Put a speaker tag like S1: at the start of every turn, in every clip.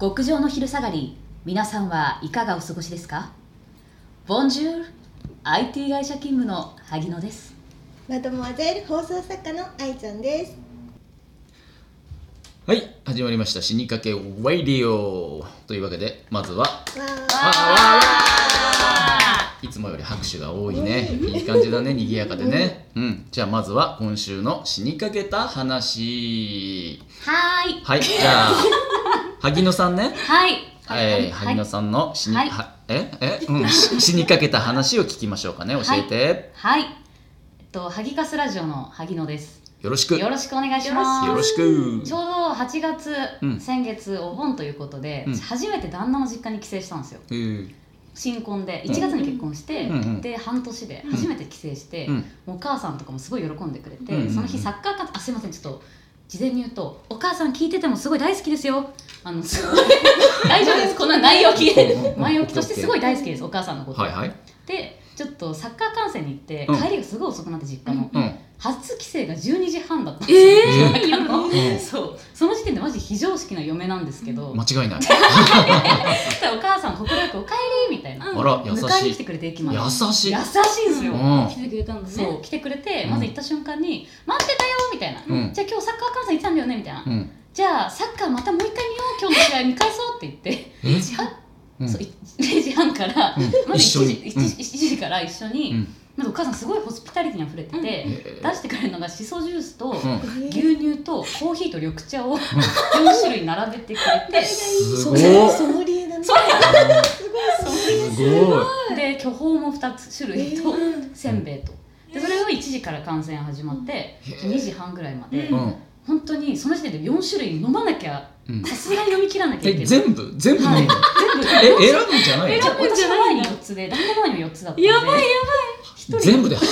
S1: 極上の昼下がり皆さんはいかがお過ごしですかボンジュール IT 会社勤務の萩野です
S2: マドモアゼール放送作家の愛ちゃんです。
S3: はい、始まりました。死にかけワイディオというわけで、まずは、
S2: わ
S3: あ
S2: あ、
S3: いつもより拍手が多いね。いい感じだね、賑やかでね。うん、じゃあまずは今週の死にかけた話。
S1: はーい
S3: はい、じ ゃあ、萩野さんね。
S1: はい
S3: えー、萩野さんの死に、
S1: はい
S3: はええ、うん、し死にかけた話を聞きましょうかね。教えて。
S1: はいえっと萩カスラジオの萩野です
S3: よろしく。
S1: よろしくお願いします
S3: よろしく。
S1: ちょうど8月、
S3: うん
S1: 先月お盆ということで、
S3: うん
S1: 初めて旦那の実家に帰省したんですよ
S3: うん
S1: 新婚で1月に結婚して、
S3: うんうん
S1: で半年で初めて帰省して、
S3: うん
S1: もうお母さんとかもすごい喜んでくれて、
S3: うんうんうん
S1: その日サッカーかあすいませんちょっと事前に言うと「お母さん聞いててもすごい大好きですよ」あのす ごい大丈夫ですこんな内容聞いて
S3: うんうん
S1: 前置きとしてすごい大好きですお母さんのこと、
S3: はいはい。
S1: でちょっとサッカー観戦に行って、
S3: うん
S1: 帰りがすごい遅くなって実家の、
S3: うん。
S1: 初帰省が12時半だったんですよ、
S3: え
S1: 夜の、
S3: うん
S1: そうその時点でマジ非常識な嫁なんですけど、
S3: 間違い ない。
S1: そしたらお母さん快く「お帰り」みたいな、
S3: あら、優
S1: 迎えに
S3: し
S1: 来て
S3: い。
S1: くれて駅まで
S3: 優しい。
S1: 優しいんですよ、
S3: うん。
S2: 来てくれたんだ
S1: そう。来てくれて、
S3: うん
S1: まず行った瞬間に「待ってたよ」みたいな、
S3: うん
S1: じゃあ今日サッカー観戦行ってたんだよね」みたいな、
S3: うん。
S1: じゃあサッカーまたもう一回見よう今日の試合見返そう」って言って
S3: え
S1: 時半、
S3: うん
S1: そうい0時半から、
S3: うん
S1: まず1時
S3: 一緒
S1: ,1
S3: に
S1: 時、1時から一緒に、
S3: うん
S1: まずお母さんすごいホスピタリティにあふれてて、
S3: え
S1: 出してくれるのがしそジュースと、
S3: うん
S2: 牛
S1: 牛乳とコーヒーと緑茶を4種類並べてくれて
S3: す
S2: そ
S3: ご
S2: う
S3: い。
S2: ソムリエだね。す
S1: そ
S2: ごい
S1: れ
S3: すごい。
S1: で巨峰も2つ種類と
S2: うん
S1: せんべいとでそれを1時から観戦始まって
S3: うん
S1: 2時半ぐらいまで、
S3: うん。
S1: 本当にその時点で4種類飲まなきゃ
S3: うん
S1: さすがに飲み切らなきゃいけな
S3: え、
S1: い
S3: 全部全部飲む
S1: はい
S3: の
S1: 全部
S3: え、選ぶんじゃないの
S2: ぶんじ
S1: 私
S2: ゃ
S1: の
S2: ない
S1: 前
S2: ん
S1: に
S2: だ
S1: 4つで旦那前にも4つだったんで
S2: やばいやばい
S1: 一人
S3: 全部で 8?2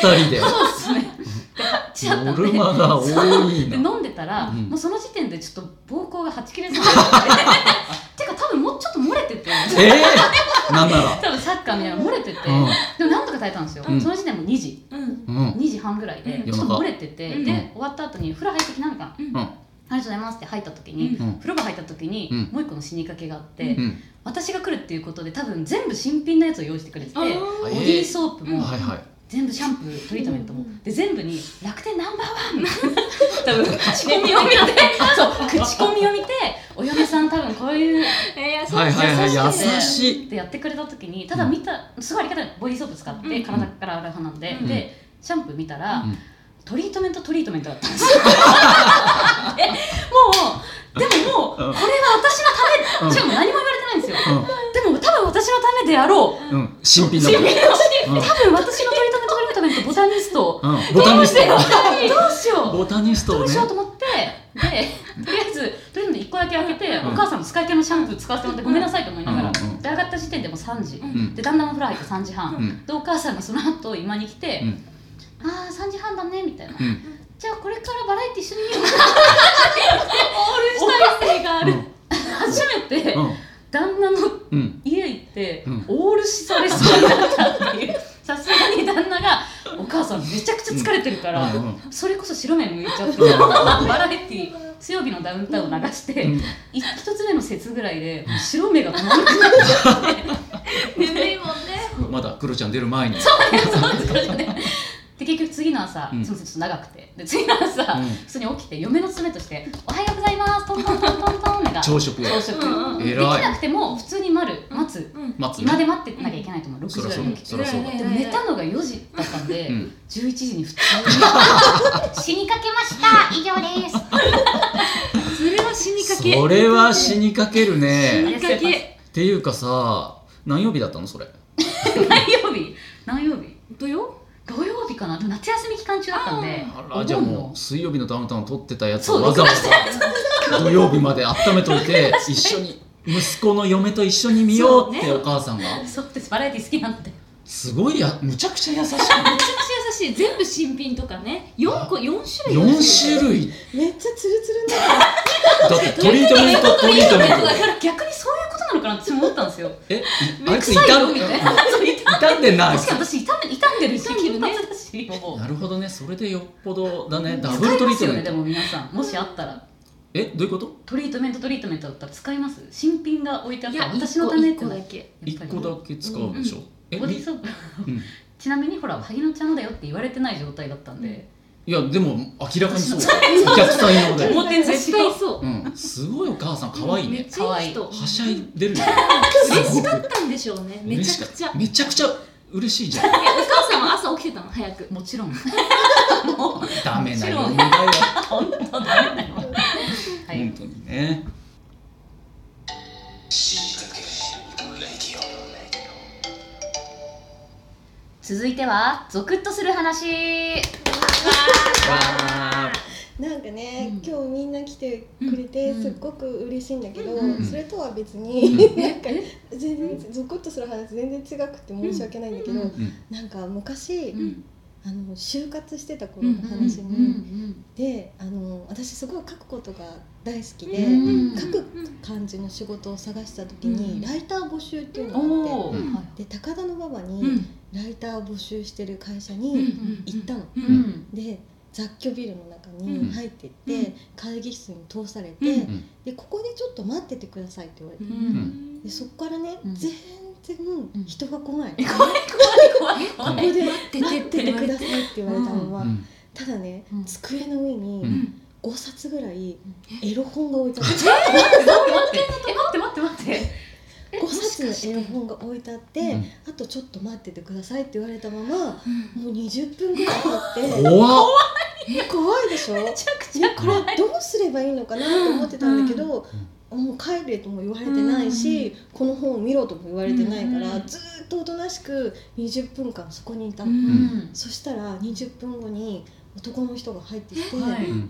S3: 人で。
S1: そうですねではちだったん
S3: ノ
S1: で
S3: ルマが多い
S1: で
S3: な。
S1: 飲んでたら、
S3: うん
S1: もうその時点でちょっと膀胱がはち切れそうになってて てか多分もうちょっと漏れてて
S3: えー、なんなら。
S1: 多分サッカーみたいなの漏れてて、
S3: うん
S1: でもなんとか耐えたんですよ、
S3: うん
S1: その時点も2時
S2: うん。
S3: うん。
S1: 2時半ぐらいで
S3: うん
S1: ちょっと漏れてて、
S2: うん
S1: で終わった後に「風呂入ってきな」みたいな「
S2: うん
S3: うん
S1: ありがとうございます」って入った時に、
S3: うん
S1: 風呂場入った時に、
S3: うん
S1: もう一個の死にかけがあって、
S2: う
S3: うん。
S1: 私が来るっていうことで多分全部新品のやつを用意してくれてて、ボ
S3: ー
S1: ディ
S3: え
S1: ーソープも、
S3: はいはい。
S1: 全部シャンプートリートメントも、
S2: うん
S1: で全部に楽天ナンバーワンみたいな多分口コミを見てそう口コミを見てお嫁さん多分こういう
S2: え優しい。
S3: はいはいは
S2: 優
S3: い。優
S2: しい。
S3: しい。
S1: ってやってくれた時にただ見た、すごいありがたいボディーソープ使って、
S2: うん
S1: 体から洗う派なんで、
S2: うん
S1: でシャンプー見たら、
S3: うん
S1: トリートメントトリートメントだったんですよ でもうでももうこれ
S3: うん
S1: は私のためしかも何も言われてないんですよ、でも多分私のためであろう
S3: うん。うん。新品だ
S1: 新
S3: も
S1: 品
S3: ん。
S1: の
S3: う
S1: 多分私のトリートメントトリートメントボタニスト
S3: ん。ボタニス
S1: どうし
S3: ト。
S1: よう
S3: ボタニスト
S1: ど
S3: を
S1: う
S3: ね
S1: し。ようと思ってでとりあえずとりあえず1個だけ開けて、
S3: うん
S1: お母さんも使い手のシャンプー使わせてもらってごめんなさいと思いながら、
S3: うんうん
S1: で上がった時点でもう3時、
S3: うん
S1: で旦那もお風呂入って3時半、
S3: うん
S1: でお母さんがその後今に来て
S3: う、ん。
S1: ああ3時半だねみたいな、
S3: うん。
S1: じゃあこれからバラエティ一緒に 見よう
S2: オールしたい性があ
S3: う
S2: る。
S3: ん。
S1: 初めて
S3: うん。
S1: 旦那の
S3: うん。
S1: 家行って、
S3: うん
S1: オールしされそうになったっていうさすがに旦那が「お母さんめちゃくちゃ疲れてるから、
S3: うんうん
S1: それこそ白目向いちゃって、
S3: うん
S1: バラエティ強火のダウンタウンを流して、
S3: うん
S1: 一一つ目の説ぐらいで白目が止まらなくなっちゃって
S2: 眠いもんね。
S3: まだクロちゃん出る前に。
S1: で結局次の朝、
S3: うん
S1: すみませんちょっと長くてで次の朝、
S3: うん
S1: 普通に起きて嫁の娘として「おはようございます」トントントントントンが
S3: 朝食を
S1: 朝食、
S2: うんうん
S1: でき
S3: 偉い
S1: なくても普通に丸待つ、
S2: うん。
S3: 待つ
S1: 今で
S3: ね。
S1: 待ってなきゃいけないと思う、6時
S3: そ
S1: ぐ
S3: りゃ
S1: らい
S3: そう
S1: に起。
S3: だ
S1: きて
S3: そりゃそうだ。
S1: でも寝たのが4時だったんで、
S3: うん。
S1: 11時に普通 に死にかけました以上です
S2: それは死にかけ。
S3: それは死にかけるね
S2: にかけ
S3: っていうかさ何曜日だったのそれ
S1: 何曜日何曜日
S2: どよ。
S1: 土曜日かなでも夏休み期間中だったんで
S3: あ
S1: お
S3: ら
S1: 盆
S3: じゃあ
S1: の
S3: もう水曜日のダウンタウン撮ってたやつ
S1: そ
S3: を
S1: う
S3: わざわ
S1: 録
S3: ざ土曜日まで温めといて一緒に息子の嫁と一緒に見ようって
S2: そう
S3: お母さんが
S1: そうですバラエティ好きなんで
S3: すごいやむちゃくちゃ優しい
S2: めちゃくちゃ優しい。全部新品とかね。四個四種類。
S3: 4種類
S4: めっちゃツルツルにな
S3: だってトリートメントトリートメント
S1: だから逆にそういうことなのかなって思ったんですよ
S3: えいあ
S1: め
S3: いつ
S1: 臭い
S3: 傷
S1: よ
S3: ん
S1: み
S3: で
S1: たいなそう痛
S3: 傷んでない
S1: 確かに私痛め傷んでるし
S2: 傷んでる
S1: 金
S2: ね
S1: 髪だしもう
S3: なるほどねそれでよっぽどだねダブ
S1: 使
S3: ル
S1: い
S3: ト
S1: ま
S3: リー
S1: す
S3: ト
S1: よ
S3: メ
S1: ね
S3: ン
S1: で
S3: ト
S1: も皆さんもしあったら
S3: えどういうこと
S1: トリートメントトリートメントだったら使います新品が置いてあっ
S2: い
S1: たら
S2: や
S1: 私のためっ
S2: 一
S1: て
S2: 個
S1: やっぱ
S2: だ
S1: り
S2: け
S3: 1個だけ使うでしょ、え
S1: ボディー
S3: り
S1: ソープ
S3: うん
S1: ちなみにほら萩野ちゃんのだよって言われてない状態だったんで、
S3: いやでも明らかにそうお客さん用で、
S1: 思ってんの
S2: 絶対そう
S3: うん、すごいお母さん可愛い
S2: めっ
S3: ね
S2: ちゃいい人
S1: 可
S3: はしゃいでるよ
S2: 嬉しかったんでしょうねめ
S3: 嬉し
S2: ち
S3: か
S2: ゃ
S3: っ
S2: くちゃ
S3: ためちゃくちゃ嬉しいじゃん
S2: えお母さんは朝起きてたの早く
S1: もちろんもう
S3: ダ
S1: も
S3: メな嫁
S1: ち
S3: だよ
S1: 本当ダメだよはい、
S3: 本当にね
S1: 続いてはゾクッとする話
S3: わ
S4: なんかね、
S1: うん
S4: 今日みんな来てくれて
S1: うん
S4: すっごく嬉しいんだけど、
S1: うん
S4: それとは別
S3: うん
S4: に、なんか
S1: え
S4: 全然ゾクッとする話全然違くて申し訳ないんだけど、
S1: うん
S3: ん
S4: なんか昔、
S1: うん
S4: あの就活してた頃の話に、
S1: うんうん
S4: であの私すごい書くことが大好きで、
S1: うん
S4: 書く感じの仕事を探した時に、
S1: うん
S4: ライター募集っていう
S1: うん
S4: のがあっ
S1: おー
S3: うん
S1: はい
S4: てで高田の馬場
S1: う
S4: に
S1: ん
S4: ライター募集してる会社
S2: うんう
S4: に
S2: ん
S4: 行ったの。
S1: う
S2: うん
S1: ん
S4: で雑居ビルの中
S2: うん
S4: に入ってって、
S1: うん
S4: 会議室に通されて、
S2: うん
S4: でここでちょっと待っててくださいって言われて、
S1: うん
S2: うん
S4: でそこからね、
S1: うん
S4: 全然人が来ない、こ
S1: 怖い
S4: こ
S1: 怖い
S4: で
S2: 待
S4: 待
S2: っ
S4: って
S2: て
S4: てて
S2: く
S4: く
S2: だ
S4: ださいって言われたのは、
S3: うん
S4: ただね、
S1: うん
S4: 机の上
S3: う
S4: に
S3: ん
S4: 5冊ぐらい
S2: ん
S4: エロ本が置いてあって、
S1: え待って待って待って
S4: 5冊のエロ本が置いてあって、
S3: うん
S4: あとちょっと待っててくださいって言われたま まも
S2: うん
S4: う20分ぐらい経って
S3: 怖っ
S4: 怖いでしょ
S1: めちゃくち
S4: ね
S1: ゃ、
S4: こ
S1: 怖い
S4: れどうすればいいのかなと思ってたんだけど、もう帰れとも言われてないし、この本を見ろとも言われてないから、
S1: うん
S4: ずーっとおとなしく20分間そこにいた
S2: う
S4: の、
S1: うんん
S4: そしたら20分後に男の人が入ってきて「
S1: は
S3: う
S1: い
S3: ん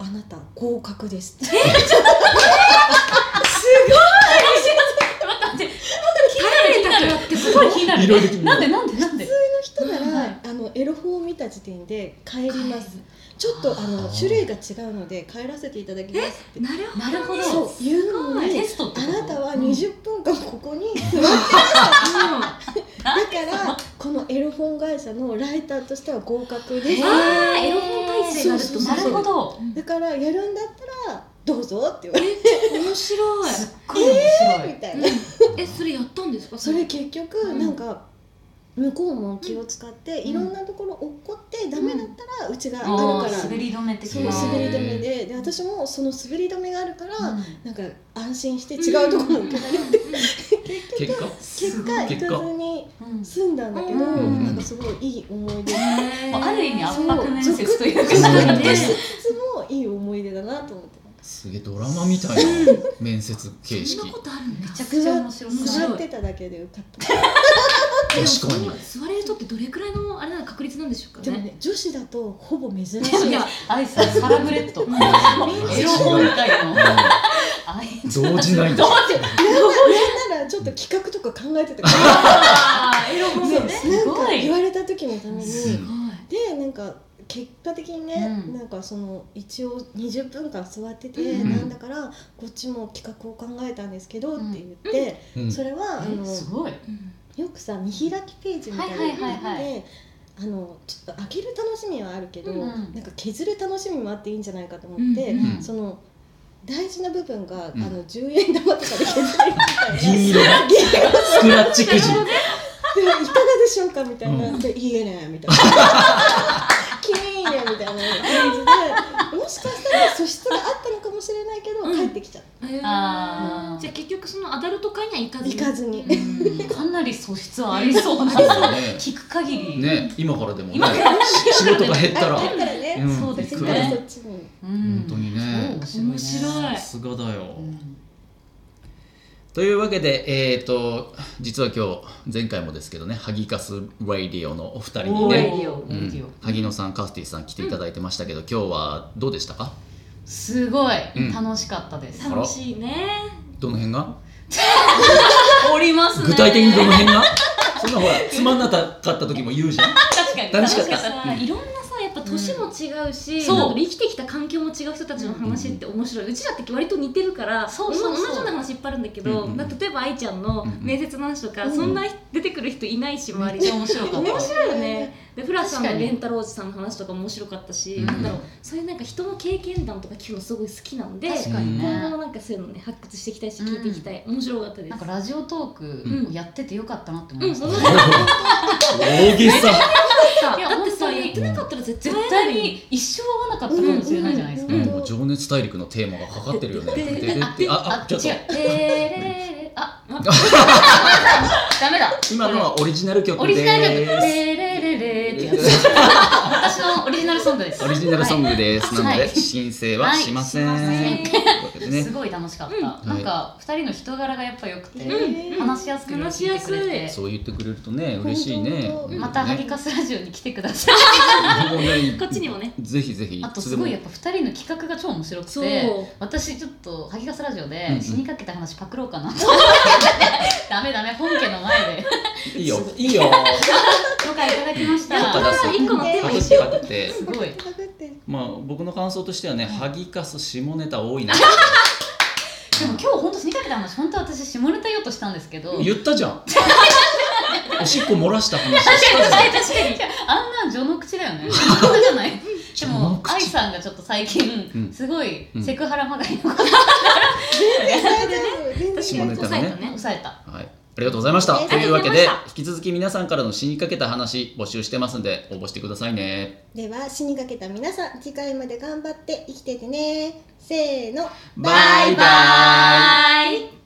S4: あなた合格です」って
S1: 待って帰れたからってすごい気になる
S3: いろいろ気に
S1: な
S3: な
S1: ん
S3: る
S1: でなんでなんで
S4: 人なら、
S1: はい
S4: あのエロ本を見た時点で「帰ります」ちょっとあの種類が違うので帰らせていただきますって
S2: なるほど
S1: なるほど
S4: そう言うのに
S1: テストってこ
S4: あ
S1: と
S4: なたは
S1: うん
S4: 20分間ここに座ってだからこのエロ本会社のライターとしては合格で
S1: え
S4: す
S1: ーあーエロ本体制がある
S4: そ
S1: と
S4: うそう
S1: な
S4: そう
S1: るほど
S4: だからやるんだったらどうぞって言われて
S2: 面白い
S1: すっごい面白い
S4: みたいな、
S2: えそれやったんですか
S4: それ結局
S1: ん
S4: なんか向こうも気を使っていろんなところ落っこってダメだったらうちがあるか
S1: あ
S4: ら
S1: ー滑り止め的
S4: そう
S1: な
S4: 滑り止めでで私もその滑り止めがあるから
S1: うん
S4: なんか安心して違うところに行かない
S3: 結果
S4: 結果行かずに
S1: うん
S4: 済んだんだけど
S1: うん
S4: なんかすごいいい思い出
S1: もうある意味圧迫面接という
S4: ゾ
S1: か
S4: ク
S1: な
S4: ッ
S1: ん
S4: と
S1: かね
S4: しつつもいい思い出だなと思って
S3: すげえドラマみたいな面接形
S2: そん
S3: 式
S2: なことあるんだ
S1: めちゃくちゃ面白い
S2: すごい
S4: 座ってただけで受かった
S3: 確かに
S2: 座れる人ってどれくらいのあれなの確率なんでしょうか
S4: でも
S2: ね
S4: ね女子だとほぼ珍しい
S1: いやアイスはサラブレッドエロ本体のアイス
S3: 動じないんだ
S4: なんならちょっと企画とか考えてたか
S1: あーエロ
S4: ら、
S1: 本
S4: ね、
S1: 体
S4: なん
S1: ね
S4: か言われた時のため
S3: す
S4: に
S2: は
S4: でなんか結果的にね、
S1: うん
S4: なんかその一応20分間座ってて、
S1: うん
S4: なんだからこっちも企画を考えたんですけどって言って、
S3: うん
S4: それはあ
S1: え
S4: の
S1: すごい
S2: いうん
S4: よくさ見開きページみたいなのがあって、
S1: はいはいはい
S4: あのちょっと開ける楽しみはあるけど、
S1: うんうん
S4: なんか削る楽しみもあっていいんじゃないかと思って、
S2: うん
S3: うん
S4: その大事な部分が、
S3: うん
S4: あの10円玉とかで削れるみたいな
S3: 銀色だスクラッチくじ
S4: でいかがでしょうかみたいな、
S3: うん
S4: でいいえねみたいな君いいねみたいな感じでもしかしたら素質があったのかもしれないけど、
S2: うん
S4: 帰ってきちゃっ
S2: えー
S1: あー
S2: じゃあ結局そのアダルト会には行か
S4: た
S2: ず
S4: 行かずに、
S1: うんかなり素質ありそうな
S3: そうだね
S1: 聞く限り
S3: ね今からでもね
S1: 今から
S3: し仕事が減っ
S4: あ
S3: たら
S4: だからね、
S3: ん
S1: そうですね
S4: だか
S3: 行く
S4: ら
S3: わ
S4: そっちに
S1: 本
S3: 本当にね
S2: 面白い
S3: さすがだよ、
S1: うん
S3: というわけでえっ、と実は今日前回もですけどねハギカスラディオのお二人に
S1: おー
S3: ね
S1: レディオ
S3: う
S1: レディ
S3: ん
S1: オ、
S3: 萩野さんカスティさん来ていただいてましたけど、今日はどうでしたか
S1: すごい
S3: うん
S1: 楽しかったです
S3: ら
S2: 楽しいね
S3: どの辺が
S1: おりますね
S3: 具体的にどの辺がそんなほらつまんなかった時も言うじゃん
S1: 確かに
S3: 楽しかった
S2: さ
S3: うん
S2: いろんなさやっぱぱ年も違うし、
S1: そう
S2: なんか生きてきた環境も違う人たちの話って面白い、うちらって割と似てるから
S1: そうそうそう
S2: 同じような話いっぱいあるんだけど、
S3: うんうん
S2: なんか例えば愛ちゃんの面接の話とか、
S4: うん
S2: そんな出てくる人いないし
S1: め
S2: 周
S1: っ
S2: り
S1: ち
S2: で
S1: ゃ面白かっ
S2: 面
S1: た
S2: 白いよねでフラさんの
S1: 確かに
S2: レンタローズさんの話とかも面白かったし、
S3: うん
S2: なんだろうそういうなんか人の経験談とか聞くのすごい好きなんで
S1: 確かにね
S2: 今後もなんかそういうのね発掘していきたいし聞いていきたい、面白かったです
S1: なんかラジオトークをやっててよかったなって思い
S2: うん
S1: ました、
S2: そのい
S3: 大げさ
S2: やだ
S1: だっ
S2: ってて
S1: さ
S2: さ
S1: 言
S2: 言
S1: っ
S2: ってて
S1: な
S2: なか
S1: かっ
S2: ったら絶対
S1: 絶対に一生合わなかったかもしれないじゃないですか、
S3: う
S4: うんん
S3: もう情熱大陸のテーマがかかってるよね。
S2: で
S3: で
S2: で
S3: でであ、あ、ちょっと
S1: 違う。えーれれれあ、あダメだ。
S3: 今のはオリジナル曲
S1: オリジナル曲。
S3: で
S1: レレレレってやつ。
S3: す。
S1: 私のオリジナルソングです。
S3: オリジナルソン
S1: グ。
S3: グです。なの
S1: は
S3: で
S1: い
S3: 申請はしません。
S1: はい
S3: と
S1: しません
S3: いうわけですね。
S1: ごい楽しかった。
S2: うん
S3: い
S1: なんか二人の人柄がやっぱ良くて、
S4: うん
S1: 話しやすく
S2: 話しやすい
S1: 聞てく
S3: そう言ってくれるとね、嬉しいね
S4: 本当。
S1: れてまたハギ
S3: ね。
S1: カスラジオに来てください。
S3: も うね
S2: こっちにもね。
S3: ぜひぜひ。
S1: あと
S3: つ
S1: す
S3: で
S1: ご
S3: も
S1: いやっぱ二人の企画が超面白く
S2: そう
S1: て、私ちょっとハギカスラジオ
S3: うんう
S1: で
S3: ん
S1: 死にかけた話パクろうかな。 ダメダメ本家の前で
S3: いいよ。いいよ。
S1: 許可いただきました。
S3: 許可だそう
S2: 一個の
S4: で
S2: テー
S3: パ
S2: マ
S3: ク
S2: に
S3: っ
S2: してよ
S3: パクって。
S1: すごい。
S4: パクってる
S3: まあ僕の感想としてはね、ハギカス下ネタ 多いな。
S1: でも今日本当死にかけた話本当私下ネタ言おうとしたんですけど。
S3: 言ったじゃ ん。おしっこ漏らした話し
S1: 確
S3: たじゃん
S1: か。に確かにあんなん序の口だ よね序の口じゃないで
S3: 序の
S1: も
S3: 口
S1: 愛さんがちょっと最
S3: うん
S1: 近すごい
S3: うん
S1: セクハラまがいのこと
S4: 全然 大丈夫全
S3: 下
S4: 然大
S3: ネ
S4: 丈
S3: タ
S4: 夫
S3: がね。
S1: を抑えた
S3: はい、ありがとうございました。
S4: あり
S3: と
S4: が
S3: い
S4: と
S3: う
S4: う
S3: わ
S2: ござ
S3: け
S2: いま
S3: で
S2: した、
S3: 引き続き皆さんからの死にかけた話、募集してますんで、応募してくださいね。
S4: では死にかけた皆さん次回まで頑張って生きててねせーの
S3: バイバイ
S1: バイ